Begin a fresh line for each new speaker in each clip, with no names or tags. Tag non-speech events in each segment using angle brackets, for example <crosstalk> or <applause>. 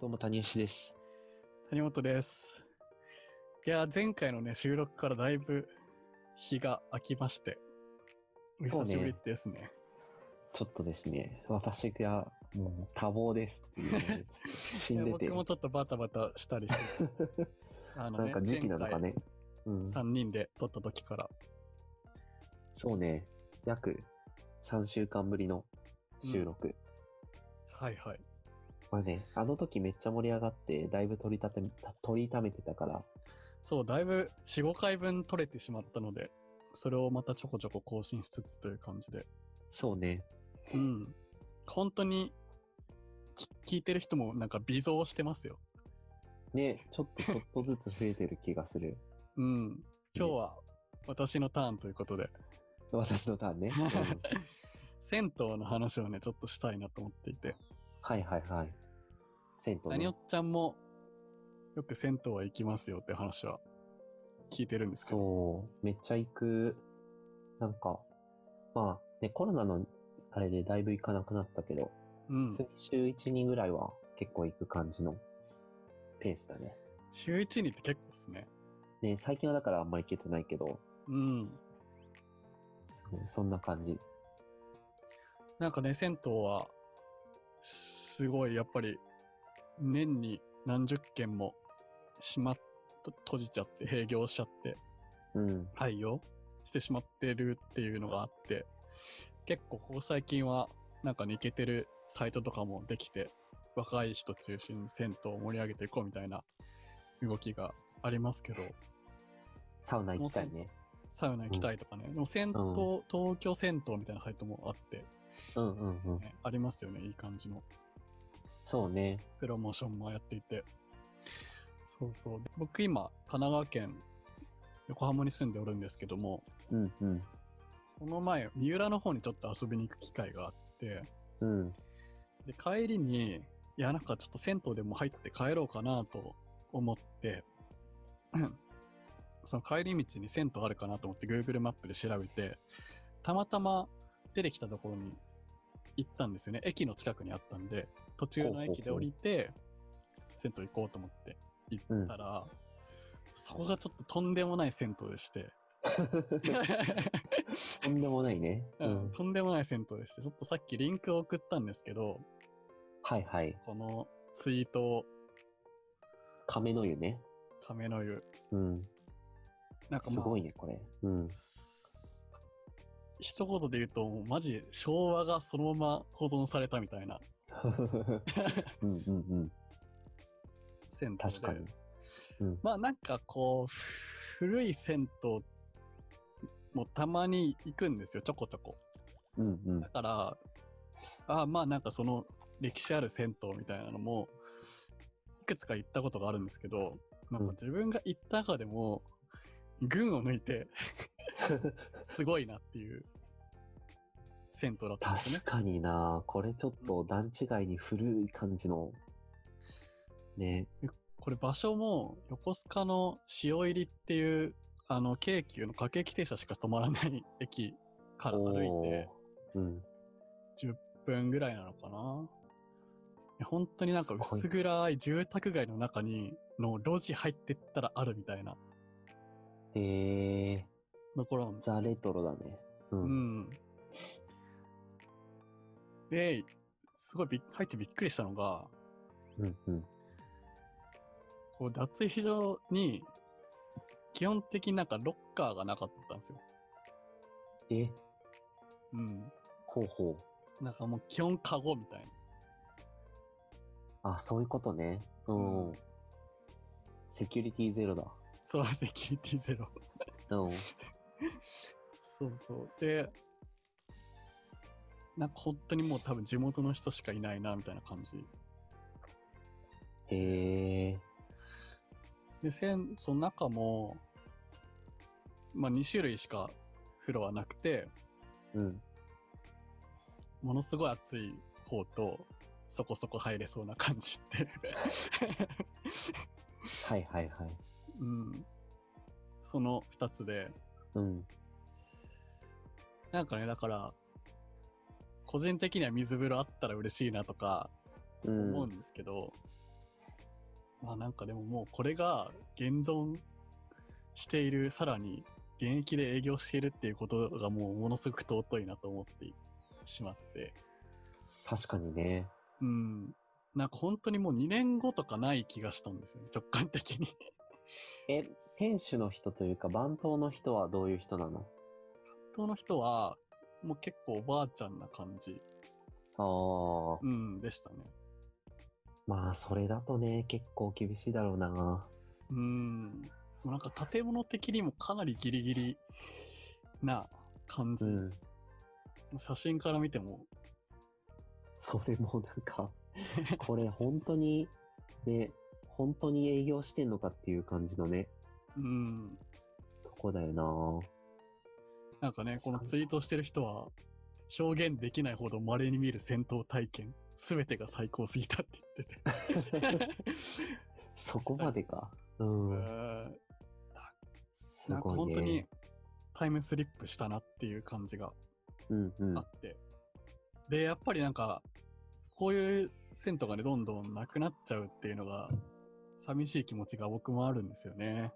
どうも谷吉です。
谷本です。いや、前回のね、収録からだいぶ日が空きまして、お
そうね
久しぶりですね。
ちょっとですね、私がもう多忙ですっていうの
<laughs>
で、ちょっと死ん
いや
でて
僕、もちょっとバタバタした
<laughs>
りして、あ
なんか時期なのかね。うん、
3人で撮った時から、
そうね、約3週間ぶりの収録。
はいはい。
まあね、あの時めっちゃ盛り上がって、だいぶ取り立て、取りためてたから、
そう、だいぶ4、5回分撮れてしまったので、それをまたちょこちょこ更新しつつという感じで。
そうね、
うん。本当に、き聞いてる人もなんか微増してますよ。
ね、ちょっとちょっとずつ増えてる気がする。
うん。今日は私のターンということで、
私のターンね。
<laughs>
うん
銭湯の話をね、ちょっとしたいなと思っていて。
はいはいはい。銭湯
何
ね
よ。っちゃんも、よく銭湯は行きますよって話は聞いてるんですけど。
そう、めっちゃ行く。なんか、まあ、ね、コロナのあれでだいぶ行かなくなったけど、
うん。
週1、2ぐらいは結構行く感じのペースだね。
週1にって結構ですね。
ね、最近はだからあんまり行けてないけど、
うん。
そうそんな感じ。
なんかね、銭湯は、すごい、やっぱり、年に何十件も閉まっ、と閉じちゃって、閉業しちゃって、
うん。
廃業してしまってるっていうのがあって、結構ここ最近は、なんかね、イケてるサイトとかもできて、若い人中心に銭湯を盛り上げていこうみたいな動きがありますけど、
サウナ行きたいね。
サウナ行きたいとかね、でも銭湯、東京銭湯みたいなサイトもあって、
うんうんうん。
ねありますよね、いい感じの。
そうね。
プロモーションもやっていて。そうそう。僕今、神奈川県横浜に住んでおるんですけども、
うんうん。
この前、三浦の方にちょっと遊びに行く機会があって、
うん。
で、帰りに、いや、なんかちょっと銭湯でも入って帰ろうかなと思って、 <clears throat> その帰り道に銭湯あるかなと思って Google マップで調べて、たまたま出てきたところに行ったんですよね。駅の近くにあったんで、途中の駅で降りて、銭湯行こうと思って行ったら、そこがちょっととんでもない銭湯でして、
とんでもないね。 <laughs> う
うん
ん。
<laughs> とんでもない銭湯でして、ちょっとさっきリンクを送ったんですけど、
はいはい。
このツイートを
亀の湯ね。
亀の湯。
うん。
なんか
す
まあ
ごいね、これ。
<laughs>
うん。
す一言で言うと、もうマジ昭和がそのまま保存されたみたいな
うんうんうん。
銭湯で。
確かに。うん。
まあなんかこう、古い銭湯もたまに行くんですよ、ちょこちょこ。
うんうん
だ。から、ああまあなんかその歴史ある銭湯みたいなのも、いくつか行ったことがあるんですけど、なんか自分が行った中でも、群を抜
<laughs>
いて、すごいなっていう銭湯だったんですね
確。かになこれちょっと段違いに古い感じの、ね、
これ場所も横須賀の塩入りっていう、あの、京急の各駅停車しか止まらない駅から歩いて
おーうん。
10分ぐらいなのかな。いや本当になんか薄暗い住宅街の中に、の路地入ってったらあるみたいな
えー、
ところなんですよ
ザ・レトロだね。う。
うんん。で、すごいびっ入ってびっくりしたのが、
うん、うん。
こう脱衣所に、基本的になんかロッカーがなかったんですよ。
え、
うん。
ほうほう。
なんかもう基本カゴみたいな。
あ、そういうことね。うん。
うん
セキュリティゼロだ。
そう、セキュリティゼロ。
うん。
そうそう。で、なんか本当にもう多分地元の人しかいないな、みたいな感じ。
へえー、
で、せんその中も、まあ2種類しか風呂はなくて、
うん。
ものすごい暑い方と、そこそこ入れそうな感じって。 <laughs>
はいはいはい。
うん。その2つで、
うん。
なんかね、だから、個人的には水風呂あったら嬉しいなとか
う。
思うんんですけど、まあなんかでももうこれが現存している、さらに現役で営業しているっていうことがもうものすごく尊いなと思ってしまって。
確かにね。
うん。なんか本当にもう2年後とかない気がしたんですよね、直感的に。
え、店主の人というか、番頭の人はどういう人なの
当の人は、もう結構おばあちゃんな感じ、
ああ、
うん、でしたね。
まあ、それだとね、結構厳しいだろうな。
うん。でもなんか建物的にもかなりギリギリな感じ。
うん。
写真から見ても、
それもなん
<laughs>
か、これ本当に、ね、本当に営業してんのかっていう感じのね、
うん。
とこだよな。
なんかね、このツイートしてる人は、表現できないほど稀に見る戦闘体験。すべてが最高すぎたって言ってて。
そこまでか。 <laughs> うん。
うん
す
なんか
ご
本
い
当に
ね。
タイムスリップしたなっていう感じが
うんうん
あ。って。で、やっぱりなんか、こういう銭湯がね、どんどんなくなっちゃうっていうのが、寂しい気持ちが僕もあるんですよね。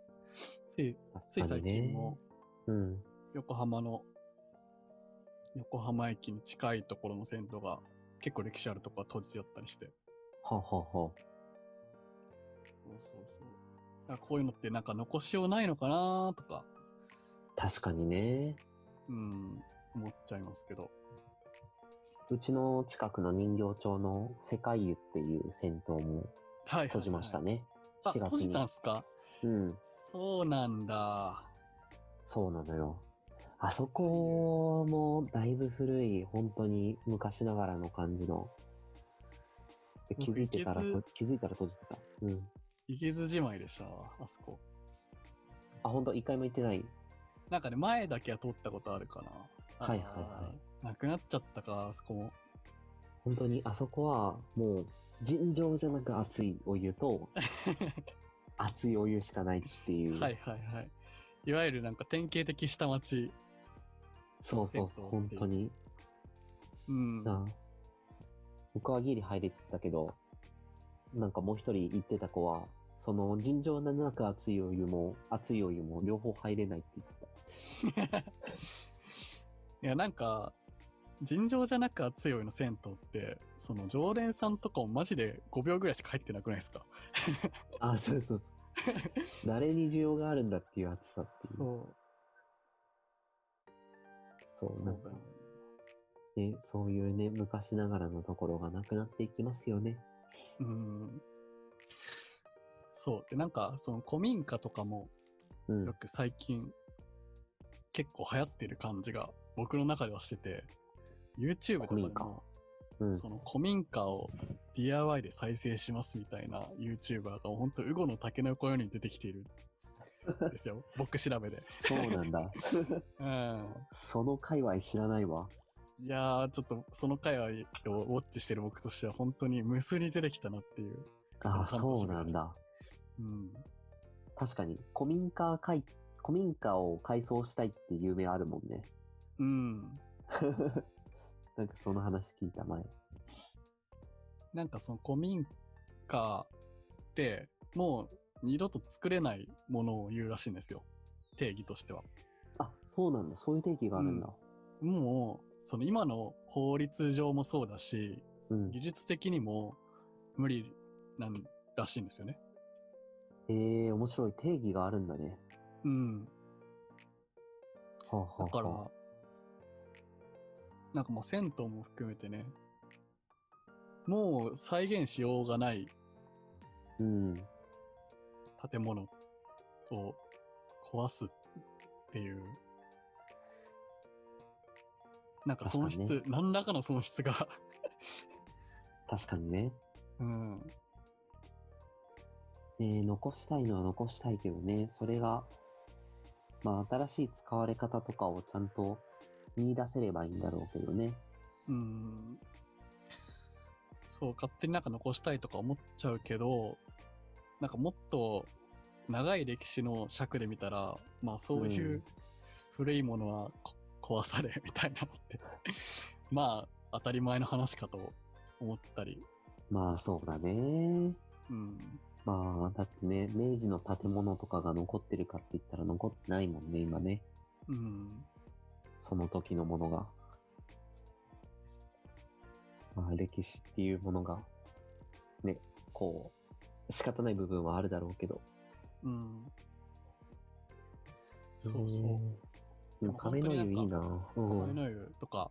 つい、つ
確
い
か
最
にね
近も、
うん。
横浜の、横浜駅に近いところの銭湯が、結構歴史あるとこが閉じちゃったりして。
はあはあはあ。
そうそうそう。だからこういうのってなんか残しようないのかなとか、
確かにね。
うん、思っちゃいますけど。
うちの近くの人形町の世界湯っていう銭湯も
はいはい、
閉じました。ね。
あ、
4月
閉
に
じたんすか
うん。
そうなんだ。
そうなのよ。あそこもだいぶ古い、本当に昔ながらの感じの。で気づいてたら、
僕行
気づいたら閉じてた。うん。
いけずじまいでしたわ、あそこ。
あ、本当一回も行ってない。
なんかね、前だけは通ったことあるかな。。
はいはいはい
なくなっちゃったか、あそこも。
本当にあそこはもう尋常じゃなく熱いお湯
<laughs>
と熱いお湯しかないっていう。
はいはいはい。いわゆるなんか典型的下町。
そうそうそう、
銭湯
本
っていう
当に。
うん。
なあ僕はギリ入れてたけど、なんかもう一人行ってた子は、その尋常な中熱いお湯も熱いお湯も両方入れないって言って
いや、なんか、尋常じゃなく熱いお湯の銭湯って、その常連さんとかもマジで5秒ぐらいしか入ってなくないですか
た。あ、そう
<laughs>
そうそう。誰に需要があるんだっていう熱さっていう。
そう。
そう
そうだよね
ね、そういうね、昔ながらのところがなくなっていきますよね。
うん。そう。で、なんか、その古民家とかも、
うん
よ。く最近、結構流行ってる感じが、僕の中ではしてて、YouTube とかで
古民家
も、
うん。
その古民家を DIY で再生しますみたいな YouTuber が、本当ウゴの竹の子ように出て
<laughs>
きているんですよ。僕調べで。
そうなんだ。
うん。
その界隈知らないわ。
いやー、ちょっとその回をウォッチしてる僕としては、本当に無数に出てきたなっていう。 <laughs>
ああ、
その半年
そう
ぐら
ないんだ。
うん。
確かに、古民家改、古民家を改装したいっていう夢あるもんね。
うん。
なんかその話聞いた前。
なんかその古民家って、もう二度と作れないものを言うらしいんですよ。定義としては。
あ、そうなんだ。そういう定義があるんだ。
もう、その今の法律上もそうだし、
うん。
技術的にも無理なんらしいんですよね。
ええー、面白い。定義があるんだね。
うん。
はあ、はあ
だ
はあ、
から、なんかもう銭湯も含めてね、もう再現しようがない
うん。
建物を壊すっていう、なんか損
確か
失、
に
何らかの損失が、 <laughs>
確かにね。
うん、
えー残したいのは残したいけどね。それが、まあ、新しい使われ方とかをちゃんと見出せればいいんだろうけどね。
うん、そう、勝手になんか残したいとか思っちゃうけど、なんかもっと長い歴史の尺で見たら、まあそういうう古いものはこ壊されみたいなのって、 <laughs> まあ当たり前の話かと思ったり、
まあ、そうだね。
うん、
まあ、だってね、明治の建物とかが残ってるかって言ったら残ってないもんね、今ね。
うん。
その時のものが。まあ、歴史っていうものが、ね、こう、仕方ない部分はあるだろうけど。
うん。そうそう。
う。でも亀の湯いいな。う
カメ
ん。
の湯とか、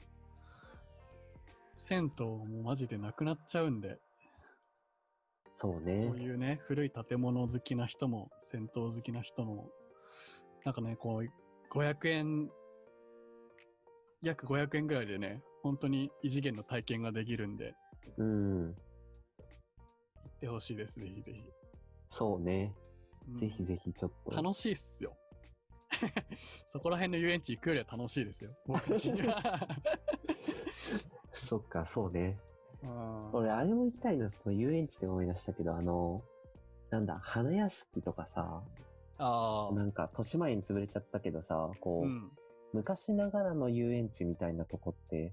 銭湯もマジでなくなっちゃうんで、
そう
そう
ね。
いうね、古い建物好きな人も、銭湯好きな人も、なんかね、こう、500円、約500円ぐらいでね、本当に異次元の体験ができるんで、
うん。
行ってほしいです、ぜひぜひ。
そうね。
うん
ぜひぜひちょっと。
楽しいっすよ。 <laughs> そこら辺の遊園地行くよりは楽しいですよ。僕的には。
そっか、そうね。
うん
俺、 <laughs> あれも行きたいな、その遊園地で思い出したけど、あの、なんだ、花屋敷とかさ、
<laughs> ああ。
なんか、豊島園潰れちゃったけどさ、こう、
うん。
昔ながらの遊園地みたいなとこって、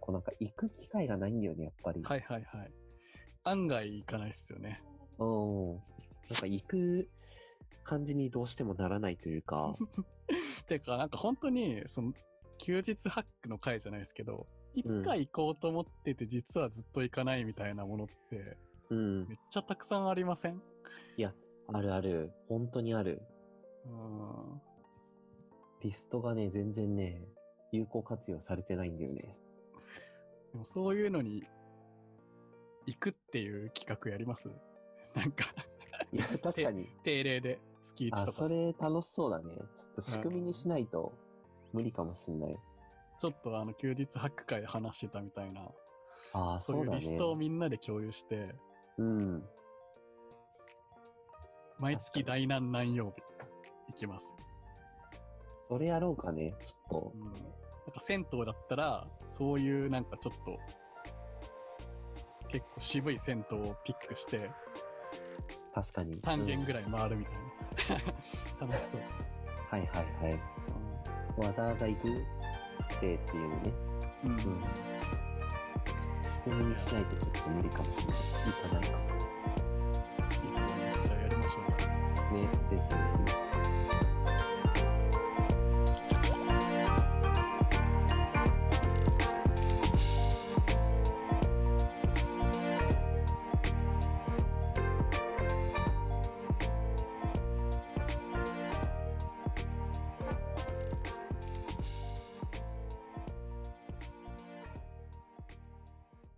こうなんか行く機会がないんだよね、やっぱり。
はいはいはい。案外行かないっすよね。
うん。なんか行く感じにどうしてもならないという
<laughs>
か、
てか、なんか本当に、その、休日ハックの回じゃないですけど、いつか行こうと思ってて、実はずっと行かないみたいなものって、
うん。
めっちゃたくさんありません
あるある。本当にある。
うん。
リストがね、全然ね、有効活用されてないんだよ
<laughs>
ね。
でもそういうのに、行くっていう企画やります <laughs> なんか、
いや、確かに。
定例で、月1
あ
と、か
そ。れ楽しそうだね。ちょっと仕組みにしないと無理かもしんない。
ちょっとあの、休日ハック会で話してたみたいな、
ああ、
そう
そ
いうう
だ
リストを
ね。
みんなで共有して、
うん。
毎月第何何曜日行きます。
それやろうかね、ちょ
う
っ
ん、なんか銭湯だったら、そういうなんかちょっと、結構渋い銭湯をピックして、
と。確かに。
3
う
軒
ん
ぐらい回るみたいな。 <laughs> 楽しそう。
はいはいはい。わざわざ行く例っていうね、
うん。
仕組みにしないとちょっと無理かもしれない。